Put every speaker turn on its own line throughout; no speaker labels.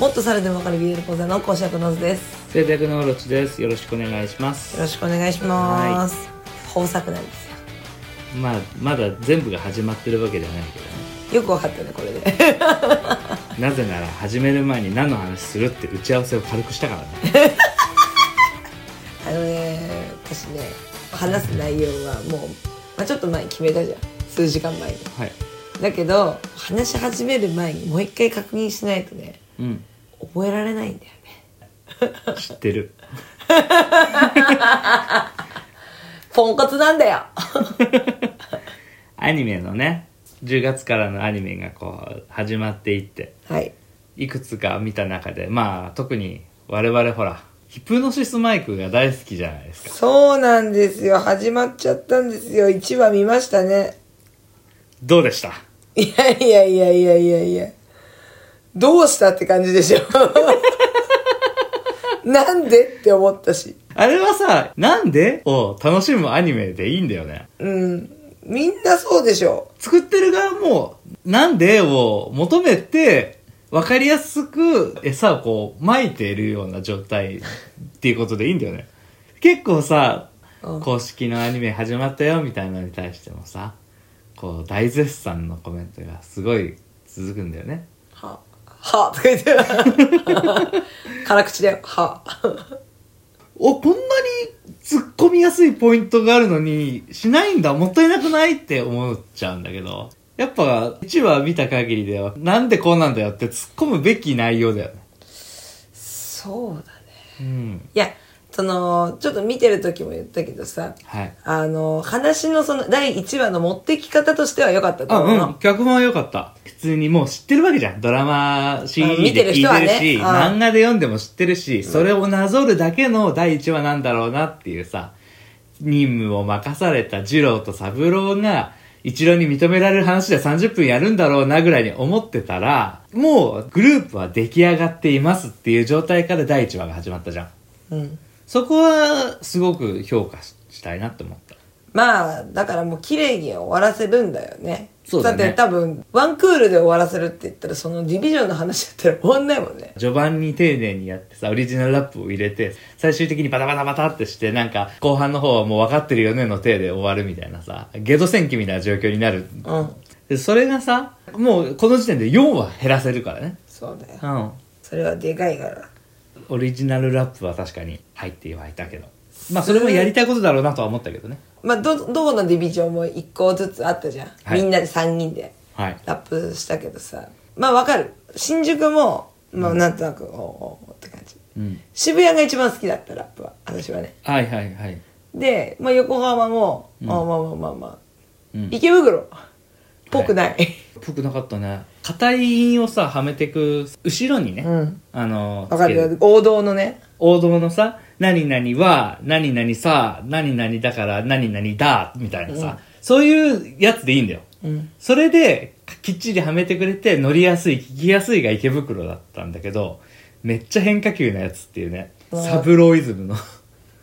もっとさらでもわかるビール講座の講師役のずです
制作のオロチです。よろしくお願いしま
よろ
す。
しくお願いします豊作なんですよ
まあ、まだ全部が始まってるわけじゃないけどね。
よくわかったねこれ で
なぜなら始める前に何の話するって打ち合わせを軽くしたからね。
あのね私ね話す内容はもう、まあ、ちょっと前に決めたじゃん数時間前に
はい。
だけど話し始める前にもう一回確認しないとね
うん。
覚えられないんだよね
知ってる。
ポンコツなんだよ
アニメのね、10月からのアニメがこう、始まっていって、
はい
いくつか見た中で、まあ、特に我々ほら、ヒプノシスマイクが大好きじゃないですか。
そうなんですよ始まっちゃったんですよ1話見ましたね
どうでした
いやいやいやいやいやいや。どうしたって感じでしょ。 なんでって思ったし。
あれはさ、なんでを楽しむアニメでいいんだよね。
うん。みんなそうでしょ。
作ってる側も、なんでを求めて、わかりやすく餌をこう、撒いているような状態っていうことでいいんだよ ね。結構さ、
うん
公式のアニメ始まったよみたいなのに対してもさ、こう、大絶賛のコメントがすごい続くんだよね。
は、は、とか言って。 辛口だよ。は。
お、こんなに突っ込みやすいポイントがあるのに、しないんだ、もったいなくないって思っちゃうんだけど。やっぱ、1話見た限りでは、なんでこうなんだよって突っ込むべき内容だよね。
そうだね。
うん。
いや、その、ちょっと見てる時も言ったけどさ、
はい。
あの、話のその、第1話の持ってき方としては良かったと
あ、
思うの。
うん。脚本は良かった。普通にもう知ってるわけじゃん。ドラマ
あ
CD
見てる
で聞い
人は
て
ね
るし、
うん
漫画で読んでも知ってるし、それをなぞるだけの第1話なんだろうなっていうさ、任務を任された二郎と三郎が、一郎に認められる話で30分やるんだろうなぐらいに思ってたら、もうグループは出来上がっていますっていう状態から第1話が始まったじゃん。
うん。
そこはすごく評価ししたいなって思った。
まあ、だからもう綺麗に終わらせるんだよね。
そうだね
って多分、ワンクールで終わらせるって言ったら、そのディビジョンの話だったら終わんないもんね。
序盤に丁寧にやってさ、オリジナルラップを入れて、最終的にバタバタバタってして、なんか、後半の方はもう分かってるよねの体で終わるみたいなさ、ゲド戦記みたいな状況になる。
うん。
で、それがさ、もうこの時点で4は減らせるからね。
そうだよ。
うん。
それはでかいから。
オリジナルラップは確かに入ってはいたけど。まあ、それもやりたいことだろうなとは思ったけどね。
まあ、ど、どこのディビジョンも一個ずつあったじゃん。
はい
みんなで3人で
はい。
ラップしたけどさ。まあ、わかる。新宿も、まあ、なんとなく、おうおうおうって感じ。
うん。
渋谷が一番好きだったラップは、私はね。
はいはいはい。
で、まあ、横浜も、まあまあまあまあまあ、
うん。
池袋、っぽくない。
ぽくなかったね。硬い韻をさ、はめてく、後ろにね、
うん
あの、
わかるよ王道のね
王道のさ、何々は、何々さ、何々だから、何々だ、みたいなさ、そういうやつでいいんだよ。
うん
それで、きっちりはめてくれて、乗りやすい、聞きやすいが池袋だったんだけど、めっちゃ変化球なやつっていうね、
うん
サブローイズムの。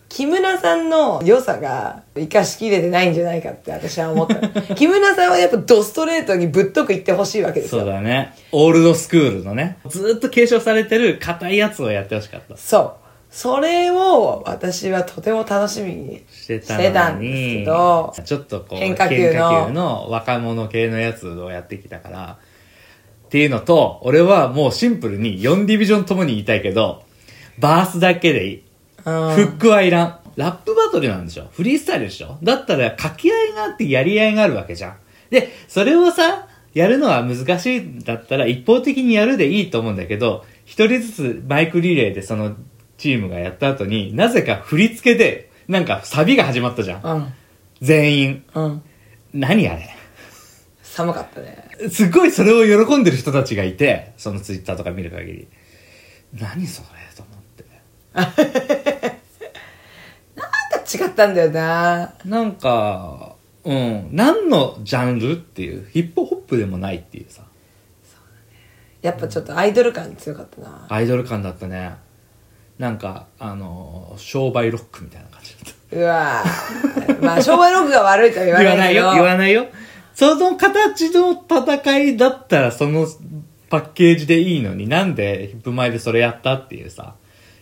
木村さんの良さが生かしきれてないんじゃないかって私は 思った木村さんはやっぱドストレートにぶっとく言ってほしいわけです
そう
よ
だね。オールドスクールのね、ずーっと継承されてる硬いやつをやってほしかった。
そうそれを私はとても楽しみに
して
し
た
てた
の
んです
に
けど
ちょっとこう
変化球の
変化球の若者系のやつをやってきたからっていうのと俺はもうシンプルに4ディビジョンともに言いたいけどバースだけでいい、
うん
フックはいらんラップバトルなんでしょフリースタイルでしょだったら掛け合いがあってやり合いがあるわけじゃんでそれをさやるのは難しいんだったら一方的にやるでいいと思うんだけど一人ずつマイクリレーでそのチームがやった後になぜか振り付けでなんかサビが始まったじゃん
うん
全員。
うん
何あれ
寒かったね
すごいそれを喜んでる人たちがいて、そのツイッターとか見る限り。何それと思って。
なんか違ったんだよな
なんか、うん。何のジャンルっていう。ヒップホップでもないっていうさ。
やっぱちょっとアイドル感強かったな
アイドル感だったね。なんか、あの、商売ロックみたいな感じだっ
うわ ぁまあ商売ログが悪いとは言
た。
わ
言
な
わ
い
ない
けど
よ、言わないよ。その形の戦いだったら、そのパッケージでいいのになんでヒップマイでそれやったっていうさ、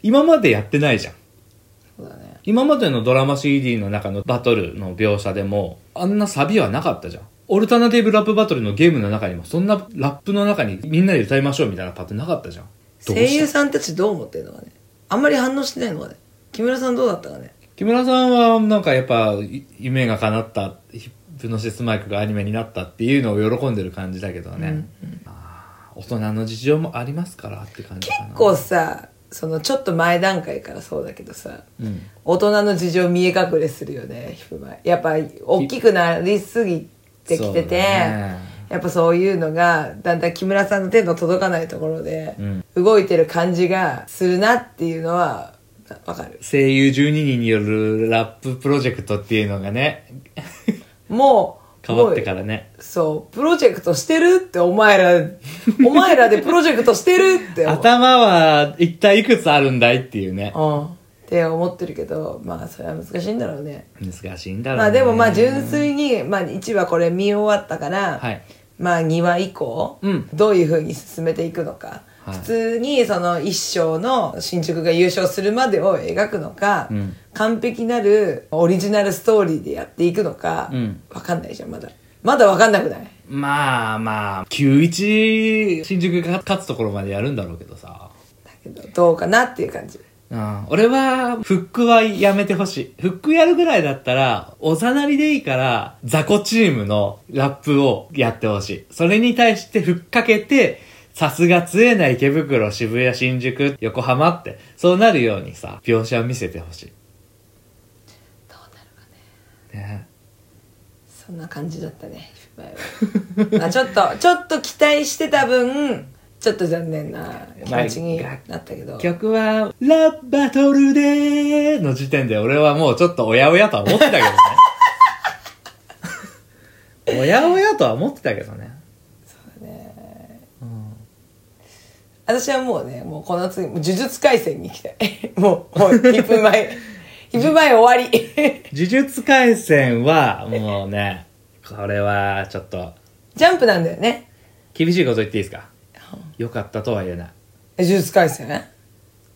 今までやってないじゃん。
そうだね。
今までのドラマ CD の中のバトルの描写でも、あんなサビはなかったじゃん。オルタナティブラップバトルのゲームの中にも、そんなラップの中にみんなで歌いましょうみたいなパートなかったじゃん。どう
声優
した
さんたちどう思ってるのかね。あんまり反応してないのかね。木村さんどうだったかね。
木村さんはなんかやっぱい夢が叶ったヒップノシスマイクがアニメになったっていうのを喜んでる感じだけどね、あー大人の事情もありますからって感じかな
結構さ、そのちょっと前段階からそうだけどさ、
うん
大人の事情見え隠れするよね、ヒップマイ。やっぱ、大きくなりすぎてきて
そうだ
て、
ね
やっぱそういうのが、だんだん木村さんの手の届かないところで
う、ん
動いてる感じがするなっていうのは、わかる。
声優12人によるラッププロジェクトっていうのがね
もう、
変わって
ら
からね
そう、プロジェクトしてるって、お前ら、 お前らでプロジェクトしてるって思う。
頭は一体いくつあるんだいっていうね
うん。って思ってるけど、まあ、それは難しいんだろうね。
難しいんだろうね
まあ、でもまあ、純粋に、まあ、1話これ見終わったから、
はい
まあ、2話以降、
うん
どういうふうに進めていくのか。
はい
普通にその一生の新宿が優勝するまでを描くのか、
うん
完璧なるオリジナルストーリーでやっていくのか、
うん
わかんないじゃん、まだ。まだわかんなくない
まあまあ91新宿が勝つところまでやるんだろうけどさ
だけど、どうかなっていう感じ。
うん、俺は、フックはやめてほしい。フックやるぐらいだったら、おざなりでいいから、雑魚チームのラップをやってほしい。それに対してフッかけて、さすが強えな池袋、渋谷、新宿、横浜って、そうなるようにさ、描写を見せてほしい。どうなるかね。ね
そんな感じだったね、前 はまあちょっと、ちょっと期待してた分、ちょっと残念な気持ちになったけど。
曲は、ラッバトルでーの時点で俺はもうちょっとおやおやとは思ってたけど ね。おやおやとは思ってたけどね。
私はもうね、もうこの次、もう呪術廻戦に行きたい。 もう、もう、一分前。 一分前終わり。
呪術廻戦は、もうね、これはちょっと、
ジャンプなんだよね。
厳しいこと言っていいですか良かったとは言えない。
呪術廻戦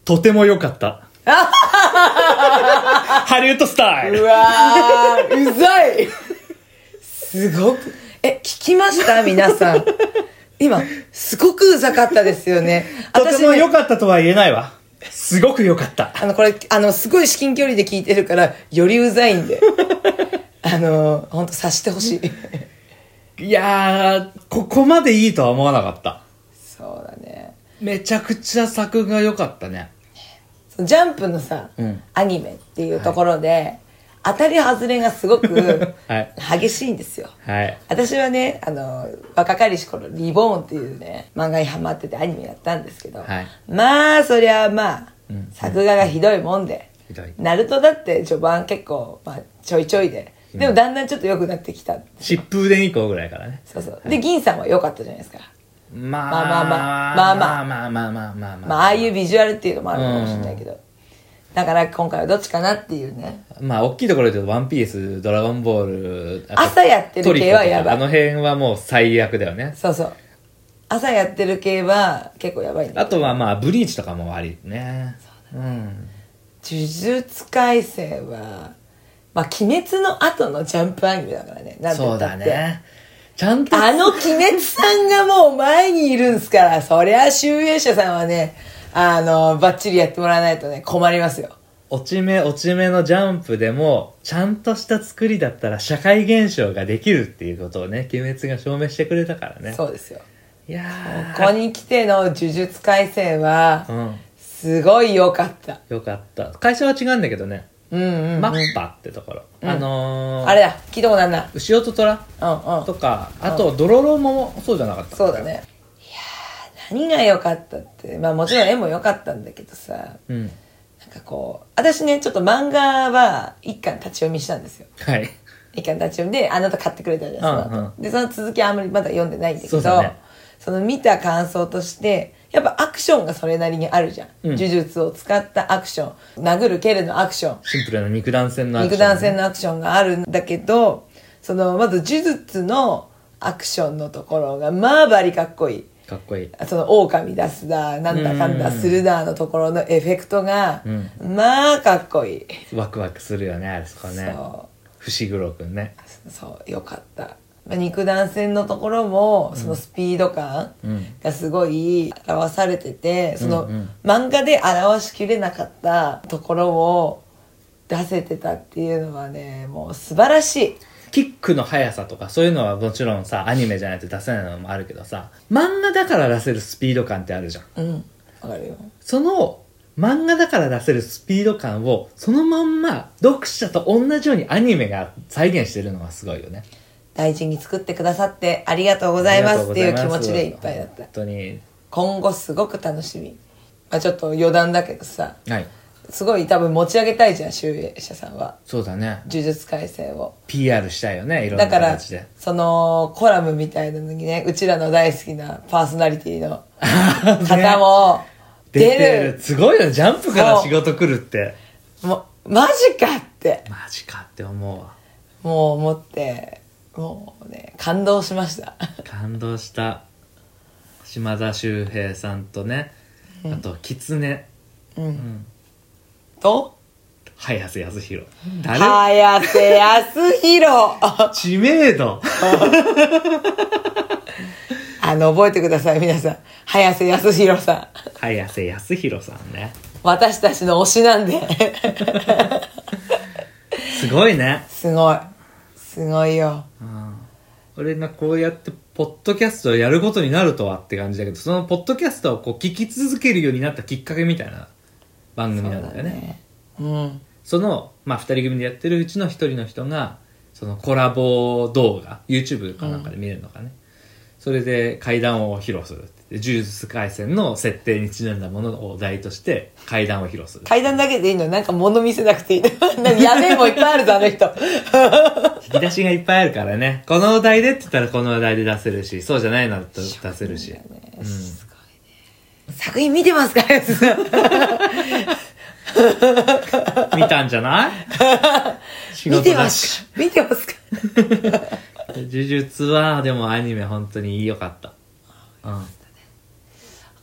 とても良か った。ハリウッドスタイ
う
ル
わー、うざいすごく、え、聞きました皆さん。今、すごくうざかったですよね。
とて
ね
も良かったとは言えないわ。すごく良かった。
あの、これ、あの、すごい至近距離で聞いてるから、よりうざいんで。 あの、ほんと察してほしい。
いやー、ここまでいいとは思わなかった。
そうだね。
めちゃくちゃ作が良かったね。
そのジャンプのさ、
うん
アニメっていうところで、当たり外れがすごく
はい
激しいんですよ。
はい。
私はね、あの、若かりし頃、リボーンっていうね、漫画にハマっててアニメやったんですけど、
はい
まあ、そりゃまあ、
うん
作画がひどいもんで、
ひどい
ナルトだって序盤結構、まあ、ちょいちょいで、でもだんだんちょっと良くなってきた。
疾風伝以降ぐらいからね。
そうそう。で、銀さんは良かったじゃないですか。
ま
まあまあまあまあ
まあまあまあまあまあ
まあ、ああいうビジュアルっていうのもあるかもしれないけど。だから今回はどっちかなっていうね。
まあ、大きいところで言うと、ワンピース、ドラゴンボール、あと
朝やってる系はやばい
トリコとかあの辺はもう最悪だよね。
そうそう。朝やってる系は結構やばいんだ
あ
けど。
とはまあ、ブリーチとかもありね。うん。
呪術廻戦は、まあ、鬼滅の後のジャンプアニメだからね。なんて
そ
言
う
った
だ
って。
ね。ちゃんと、
あの鬼滅さんがもう前にいるんすから、そりゃ集英者さんはね、あの、バッチリやってもらわないとね、困りますよ。
落ち目落ち目のジャンプでも、ちゃんとした作りだったら社会現象ができるっていうことをね、鬼滅が証明してくれたからね。
そうですよ。
いや
ここに来ての呪術廻戦は
ー、うん。
すごい良かった。
よかった。会社は違うんだけどね。
うんうん。
マッパってところ。あのー、
あれだ、聞いたことあんな。
牛音虎
うんうん
と。か、あと、ドロロもそうじゃなかった。
そうだね。いやー何が良かったって、まあもちろん絵も良かったんだけどさ、
う
な
ん。
んかこう、私ね、ちょっと漫画は一巻立ち読みしたんですよ。
はい。
一巻立ち読みで、あなた買ってくれたじゃないですか。
うんうん
で、その続きはあんまりまだ読んでないんだけ
そ
ど、
う
そ
だね
の見た感想として、やっぱアクションがそれなりにあるじゃん。
うん
呪術を使ったアクション、殴る蹴るのアクション、
シンプルな肉弾戦のアクシ
肉
ョンね
弾戦のアクションがあるんだけど、その、まず呪術のアクションのところが、まあバリかっこいい。
かっこいい。
その、狼出すだ、なんだかんだするだのところのエフェクトが、
うん
まあ、かっこいい。
ワクワクするよね、あそこね。
そ
伏黒くんね。
う。そう、よかった。まあ肉弾戦のところも、そのスピード感
うん
がすごい表されてて、その
うんうん
漫画で表しきれなかったところを出せてたっていうのはね、もう素晴らしい。
キックの速さとか、そういうのはもちろんさ、アニメじゃないと出せないのもあるけどさ、漫画だから出せるスピード感ってあるじゃん。
うん。わかるよ。
その、漫画だから出せるスピード感を、そのまんま、読者と同じようにアニメが再現してるのがすごいよね。
大事に作ってくださってありがとうございますっていう気持ちでいっぱいだった
本。当に。
今後すごく楽しみ。まあちょっと余談だけどさ、
はい。
すごい多分持ち上げたいじゃん、集英社さんは。
そうだね。
呪術改正を。
PR したいよね、いろん
だ
な
から、
形で。
その、コラムみたいなのにね、うちらの大好きなパーソナリティの 方も
出
出
て
る。
る。すごいよね、ジャンプから仕事来るって。
もう、マジかって、
マジかって思うわ。
もう思って、もうね、感動しました。
感動した。島田秀平さんとね、あと、狐、
と、
早瀬康弘。誰
早瀬康弘
知名度
あの、覚えてください、皆さん。早瀬康弘さん。
早瀬康弘さんね。
私たちの推しなん で。
すごいね。
すごい。すごいよ。
俺な、こうやって、ポッドキャストをやることになるとはって感じだけど、そのポッドキャストをこう聞き続けるようになったきっかけみたいな番組なんだよね。
うん。
その、まあ、2人組でやってるうちの1人の人がそのコラボ動画 YouTube かなんかで見れるのかね、それで怪談を披露するって言って呪術廻戦の設定にちなんだものを題として怪談を披露する
階段だけでいいのなんか物見せなくていい のなんかやべえもんいっぱいあるぞ、あの 人。
引き出しがいっぱいあるからねこのお題でって言ったらこのお題で出せるしそうじゃないなと出せるし、
すごいね。作品見てますかやつさん。
見たんじゃない仕
見
事
てま
だし
すか見てますか
呪術はでもアニメ本当に良かった、うん、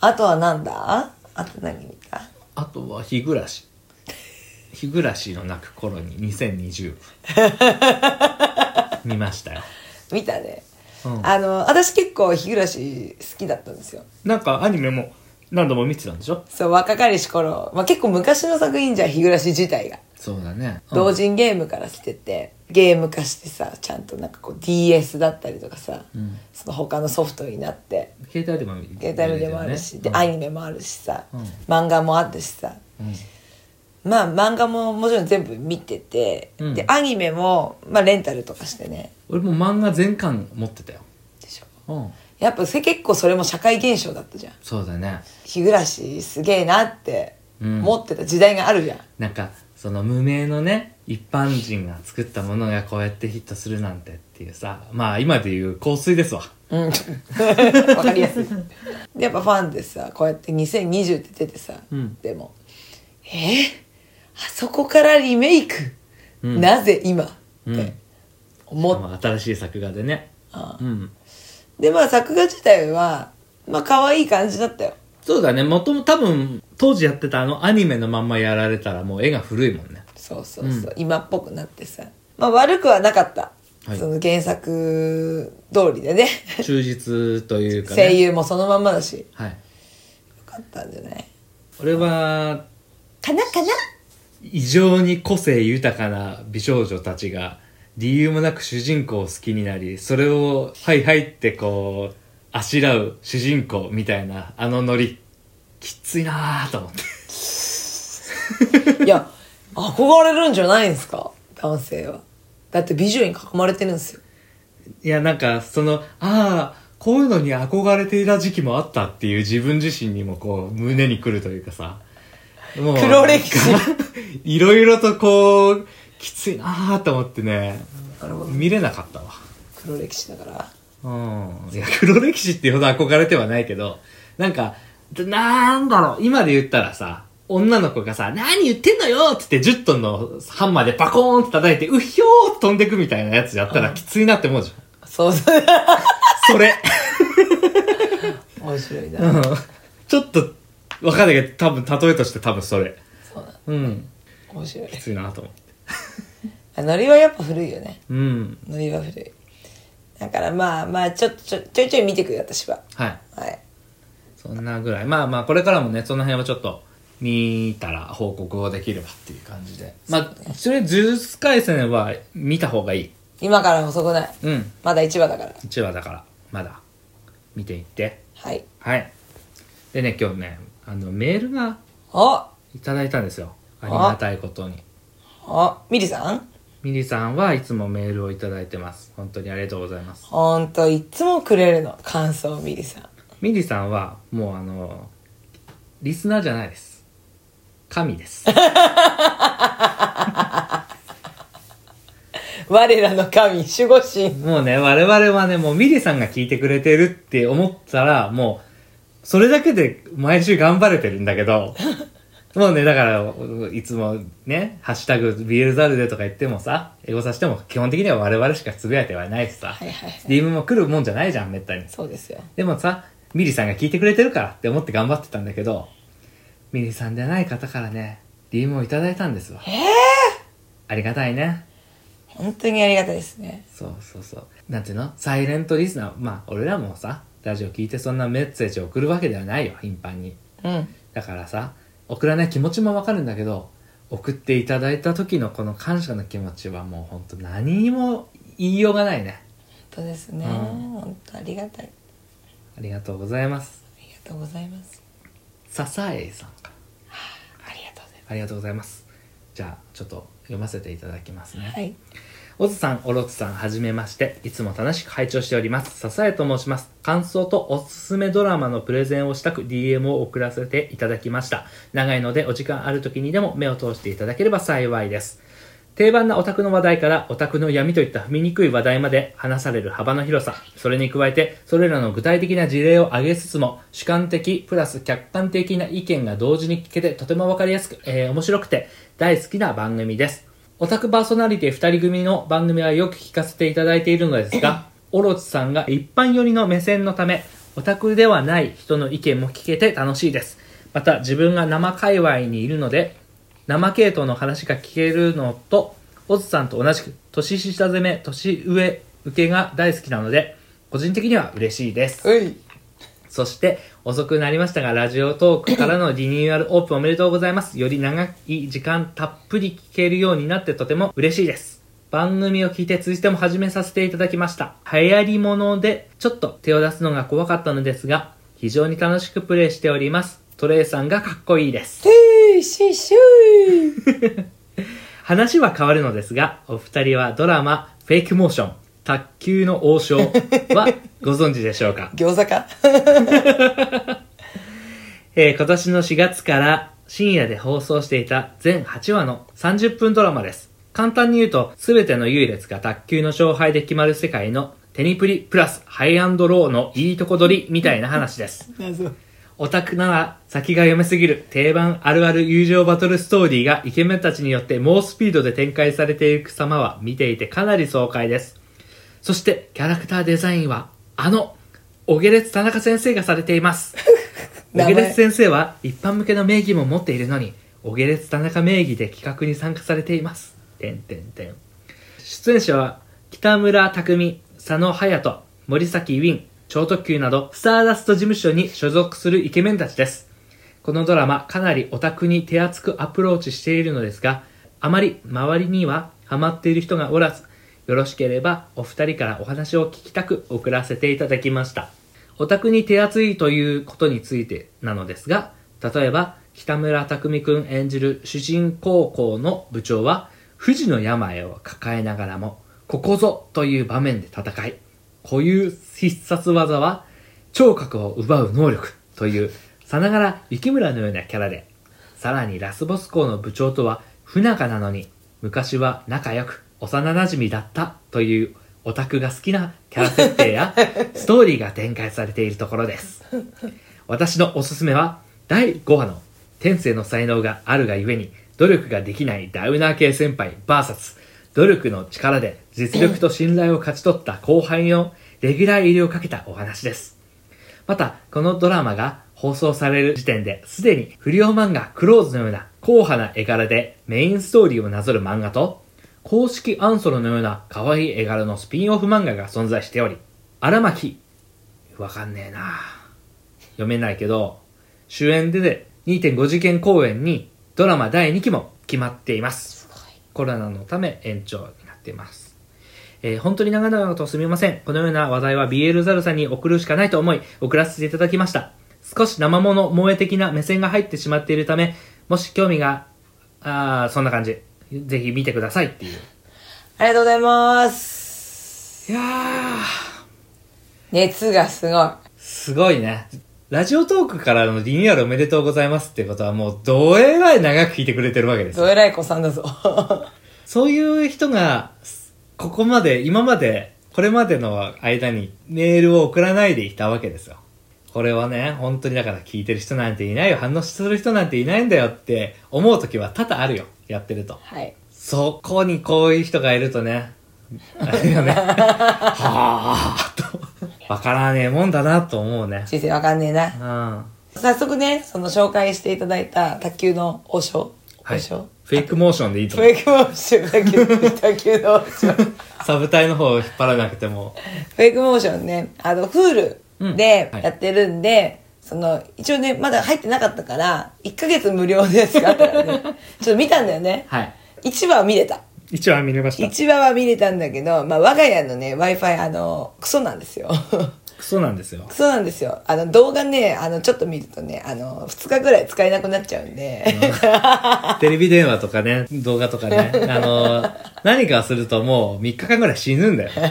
あとはなんだあと何見た
あとは日暮らし。日暮らしの泣く頃に2020。見ましたよ。
見たね。
うん
あの、私結構日暮らし好きだったんですよ。
なんかアニメも何度も見てたんでしょ
そう、若かりし頃。まあ、結構昔の作品じゃん、日暮らし自体が。
そうだね。うん
同人ゲームから来てて、ゲーム化してさ、ちゃんとなんかこう DS だったりとかさ、その他のソフトになって、
携帯でも見て
携帯でもあるし、
見
で、
れ
ア
るよね
ニメもあるしさ、
うん
漫画もあるしさ、まあ漫画ももちろん全部見てて、
うん
で、アニメも、まあレンタルとかしてね、
うん俺も漫画全巻持ってたよ。
でしょ。
うん。
やっぱせ結構それも社会現象だったじゃん。
そうだね。
日暮らしすげえなって
うん
思ってた時代があるじゃん。
なんか、その無名のね、一般人が作ったものがこうやってヒットするなんてっていうさ、まあ今で言う香水ですわ。
うん。わかりやすい。でやっぱファンでさ、こうやって2020って出てさ、
うん
でも、えーあそこからリメイク、
うん
なぜ今
う
っ
ん。
て思っ
もう新しい作画でね。
あ
うん。
で、まあ作画自体は、まあ可愛い感じだったよ。
そうだね、もとも多分、当時やってたあのアニメのまんまやられたらもう絵が古いもんね。
そうそうそう、今っぽくなってさ。まあ悪くはなかった。
はい
その原作通りでね。
忠実というかね。
声優もそのまんまだし。よ
はい。
かったんじゃない
俺は、
かなかな
異常に個性豊かな美少女たちが、理由もなく主人公を好きになり、それを、はいはいってこう、あしらう主人公みたいな、あのノリ、きついなぁと思って。
いや、憧れるんじゃないんですか男性は。だって美女に囲まれてるんですよ。
いや、なんか、その、ああ、こういうのに憧れていた時期もあったっていう自分自身にもこう、胸にくるというかさ。もう
黒歴史
なんか いろいろとこう、きついなーと思ってね、
なるほど。
見れなかった
黒歴史だから。
わ。うん。いや、黒歴史っていうほど憧れてはないけど、なんか、なんだろう、今で言ったらさ、女の子がさ、何言ってんのよって言って10トンのハンマーでバコーンって叩いて、うひょーって飛んでくみたいなやつやったらきついなって思うじゃん。
そうそう。
それ。
お面白いな、
うん。 ちょっと、わかんないけど、多分、例えとして多分それ。
そうなの
うん。
面白い
きついなと思って。
あノリはやっぱ古いよね
うん。
ノリは古いだからまあまあちょっとちょちょいちょい見てくよ私は
はい。
はい
そんなぐらい。まあまあ、これからもね、その辺はちょっと、見たら報告をできればっていう感じで。まあ、それ、呪術回戦は見た方がいい。
今から遅くない
うん。
まだ1話だから
1話だから、まだ、見ていって。
はい
はい。でね、今日ね、あの、メールが
お
いただいたんですよ。ありがたいことに。
おミリさん
ミリさんはいつもメールをいただいてます。本当にありがとうございます。
ほんといつもくれるの感想ミリさん
ミリさんは、もうあの、リスナーじゃないです。神です。
我らの神守護神
もうね、我々はね、もうミリさんが聞いてくれてるって思ったら、もう、それだけで毎週頑張れてるんだ けど、もうね、だから、いつもね、ハッシュタグ、ビールザルでとか言ってもさ、エゴさしても基本的には我々しかつぶやいてはないしさ、
はいはいはい
DM も来るもんじゃないじゃん、めったに。
そうですよ
でもさ、ミリさんが聞いてくれてるからって思って頑張ってたんだけど、ミリさんじゃない方からね、DM をいただいたんですわ。えありがたいね。
本当にありがたいですね
そうそうそう。なんていうのサイレントリスナー。まあ、俺らもさ、ラジオ聞いてそんなメッセージを送るわけではないよ、頻繁に。
うん
だからさ、送らない気持ちもわかるんだけど、送っていただいた時のこの感謝の気持ちはもうほんと何にも言いようがないね。
本当ですね、
うん
本当ありがたい
ありがとうございます
あ。りがとうございます
笹江さんから
ありがとうござい
ありがとうございます。じゃあ、ちょっと読ませていただきますね。
ますはい
オズさん、オロツさん、はじめまして。いつも楽しく拝聴しております。笹江と申します。感想とおすすめドラマのプレゼンをしたく DM を送らせていただきました。長いのでお時間ある時にでも目を通していただければ幸いです。定番なオタクの話題からオタクの闇といった踏みにくい話題まで話される幅の広さ。それに加えて、それらの具体的な事例を挙げつつも、主観的プラス客観的な意見が同時に聞けてとてもわかりやすく、えー面白くて大好きな番組です。オタクパーソナリティ2人組の番組はよく聞かせていただいているのですが、オロチさんが一般寄りの目線のため、オタクではない人の意見も聞けて楽しいです。また自分が生界隈にいるので、生系統の話が聞けるのと、オズさんと同じく、年下攻め、年上受けが大好きなので、個人的には嬉しいです。
うい
そして、遅くなりましたが、ラジオトークからのリニューアルオープンおめでとうございます。より長い時間たっぷり聞けるようになってとても嬉しいです。番組を聞いて通じても始めさせていただきました。流行り物でちょっと手を出すのが怖かったのですが、非常に楽しくプレイしております。トレイさんがかっこいいです。
てーしーしゅー
話は変わるのですが、お二人はドラマ、フェイクモーション、卓球の王将はご存知でしょうか
餃子か
えー今年の4月から深夜で放送していた全8話の30分ドラマです。簡単に言うと、すべての優劣が卓球の勝敗で決まる世界のテニプリプラスハイアンドローのいいとこ取りみたいな話です。
謎
オタクなら先が読めすぎる定番あるある友情バトルストーリーがイケメンたちによって猛スピードで展開されていく様は見ていてかなり爽快です。そしてキャラクターデザインはあの、おげれつ田中先生がされています。お
名前
げれつ先生は一般向けの名義も持っているのに、おげれつ田中名義で企画に参加されています。てんてんてん。出演者は北村匠海、佐野隼人、森崎ウィン、超特急などスターダスト事務所に所属するイケメンたちです。このドラマかなりオタクに手厚くアプローチしているのですが、あまり周りにはハマっている人がおらず、よろしければお二人からお話を聞きたく送らせていただきました。オタクに手厚いということについてなのですが、例えば、北村匠海くん演じる主人公校の部長は、不治の病を抱えながらも、ここぞという場面で戦い、こういう必殺技は、聴覚を奪う能力という、さながら雪村のようなキャラで、さらにラスボス校の部長とは不仲なのに、昔は仲良く幼馴染だったというオタクが好きなキャラ設定やストーリーが展開されているところです。私のおすすめは、第5話の天性の才能があるがゆえに努力ができないダウナー系先輩 VS 努力の力で実力と信頼を勝ち取った後輩のレギュラー入りをかけたお話です。また、このドラマが放送される時点で、すでに不良漫画クローズのような硬派な絵柄でメインストーリーをなぞる漫画と、公式アンソロのような可愛い絵柄のスピンオフ漫画が存在しており、荒牧、わかんねえな読めないけど、主演で2.5次元公演にドラマ第2期も決まっていま
す
す。
ごい
コロナのため延長になっています。えー本当に長々とすみません。このような話題は BL ザルさんに送るしかないと思い、送らせていただきました。少し生物萌え的な目線が入ってしまっているため、もし興味が、あーそんな感じ。ぜひ見てくださいっていう。
ありがとうございます
いやー、
熱がすごい
すごいね。ラジオトークからのリニューアルおめでとうございますってことはもうどえらい長く聞いてくれてるわけですよ
どえらい子さんだぞ
そういう人が、すここまで、今まで、これまでの間にメールを送らないでいたわけですよ。これはね、本当にだから聞いてる人なんていないよ、反応する人なんていないんだよって思う時は多々あるよ、やってると。
はい
そこにこういう人がいるとね、あれよね、 はぁーっと、わからねえもんだなと思うね。
人生わかんねえな
うん。は
早速ねその紹介していただいた卓球の王将王
い。
将、
フェイクモーションでいいと
フ
思う
ェ。イクモーション卓球卓球の王将フ
サブ隊の方を引っ張らなくても。
ェイクモーションねあの Hulu でやってるんで、その一応ねまだ入ってなかったから1ヶ月無料のやつがあったからね ちょっと見たんだよね、
はい。
一1話は見れた
一応は見れまし
1話は見れたんだけど、まあ、我が家のね w i f i あのクソなんですよ
クソなんですよ。
クソなんですよあの動画ねあのちょっと見るとねあの2日ぐらい使えなくなっちゃうんで
テレビ電話とかね、動画とかね、あの、何かするともう3日間ぐらい死ぬんだよ。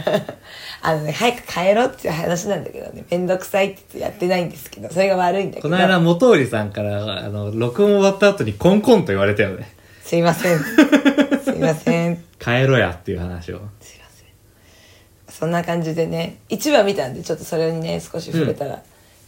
あのね早く帰ろうっていう話なんだけどねめんどくさいって言ってやってないんですけどそれが悪いんだけ
こ
ど
の間、元織さんから、あの、録音終わった後にコンコンと言われたよね。
すいませんすいません
帰ろやっていう話を。
すいませんそんな感じでね1話見たんでちょっとそれにね少し触れたら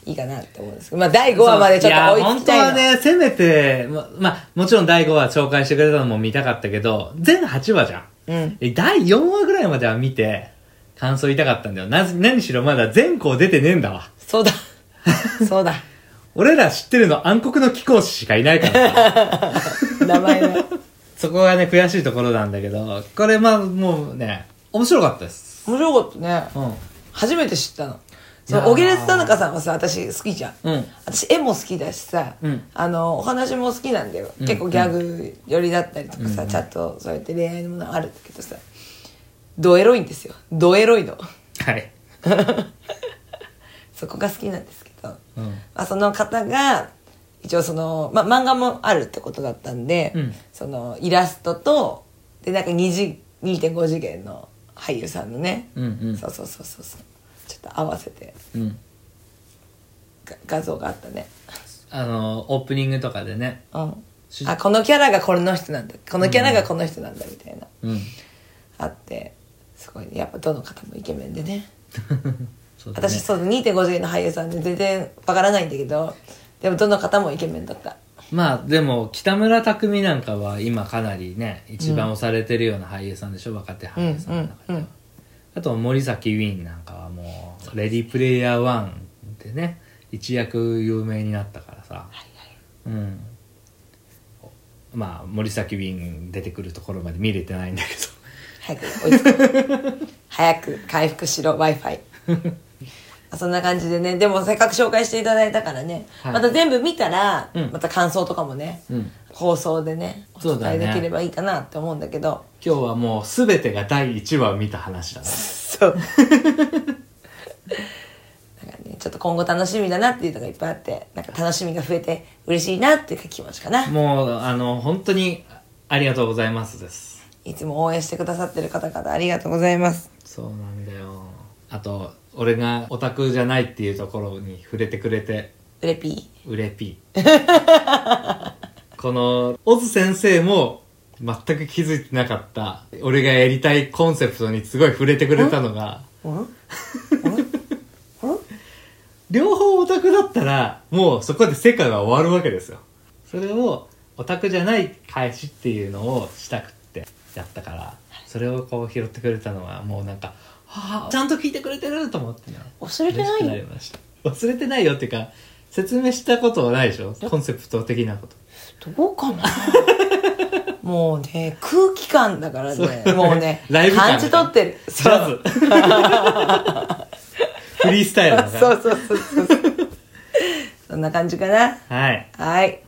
いいかなって思うんですけど、まあ第5話までちょっと追いつきたいの
や、本当はね、せめて、ま、まあ、もちろん第5話紹介してくれたのも見たかったけど、全8話じゃん。
うん
え第4話ぐらいまでは見て、感想言いたかったんだよ。な、何しろまだ全校出てねえんだわ。
そうだそうだ
俺ら知ってるの暗黒の貴公子しかいないからさ。
名前が
そこがね、悔しいところなんだけど、これまあ、もうね、面白かったです。
面白かったね
うん。
初めて知ったのそ
いやー
の小木列田中さんはさ私好きじゃん、
うん
私絵も好きだしさ、
うん
あのお話も好きなんだよ、
うん
結構ギャグ寄りだったりとかさ、ちゃんとそうやって恋愛のものあるんだけどさドエロいんですよドエロいの
はい。
そこが好きなんですけど、
うん
まあ、その方が一応その、まあ、漫画もあるってことだったんで、
うん
そのイラストとでなんか2次2.5次元の俳優さんのね、
うんうん
そうそうそうそうそうちょっと合わせて
うん。
が画像があったね
あの、オープニングとかでね。
うん
主
あこのキャラがこの人なんだこのキャラがこの人なんだみたいな、
うん。
あってすごいねやっぱどの方もイケメンでね
そうだね
私そう2.5次元の俳優さんで全然わからないんだけどでもどの方もイケメンだった
まあ、でも、北村匠海なんかは今かなりね、一番押されてるような俳優さんでしょ、若手俳優さんの中では。
うんうんうん
あと、森崎ウィンなんかはもう、レディープレイヤー1でね、一躍有名になったからさ。うん。まあ、森崎ウィン出てくるところまで見れてないんだけど。
早く追いつく早く回復しろ w i f i そんな感じでねでもせっかく紹介していただいたからね、
はい
また全部見たら、
うん
また感想とかもね、
うん
放送でねお
そうだ
伝
ね
えできればいいかなって思うんだけど
今日はもう全てが第1話を見た話だね。
そう。なんかね、ちょっと今後楽しみだなっていうのがいっぱいあって、なんか楽しみが増えて嬉しいなっていう気持ちかな。
もう、あの、本当にありがとうございますです。
いつも応援してくださってる方々ありがとうございます。
そうなんだよ。あと、俺がオタクじゃないっていうところに触れてくれて、
うれぴ
うれ ぴー。この、オズ先生も全く気づいてなかった、俺がやりたいコンセプトにすごい触れてくれたのが、
ー。うん
両方オタクだったら、もうそこで世界は終わるわけですよ。それを、オタクじゃない返しっていうのをしたくってやったから、それをこう拾ってくれたのは、もうなんか、はあ、ちゃんと聞いてくれてると思ってね。
忘れてないよ
嬉しくなりました。忘れてないよっていうか、説明したことはないでしょコンセプト的なこと。
どうかな もうね、空気感だからね
そ。う
もうね、
ライブ感
感じ取ってる。
ジャズ。 フリースタイルだから。
そうそうそうそう そう。そんな感じかな。
はい。
はい。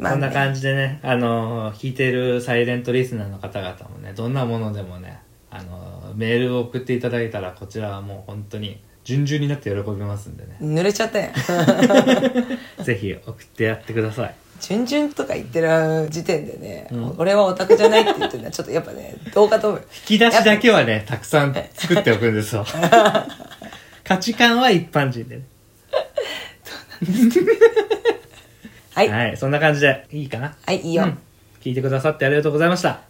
こんな感じでね、あのー聞いてるサイレントリスナーの方々もね、どんなものでもね、あのーメールを送っていただいたら、こちらはもう本当に、順々になって喜びますんで ね。
じ。濡れちゃったよ。
ぜひ送ってやってください。
順々とか言ってる時点でね、
うん
俺はオタクじゃないって言ってるのはちょっとやっぱね、どうかと思う。
引き出しだけはね、たくさん作っておくんですよ。 価値観は一般人でね。
はい。
はい、そんな感じでいいかな。
はい、いいよ。
うん聞いてくださってありがとうございました。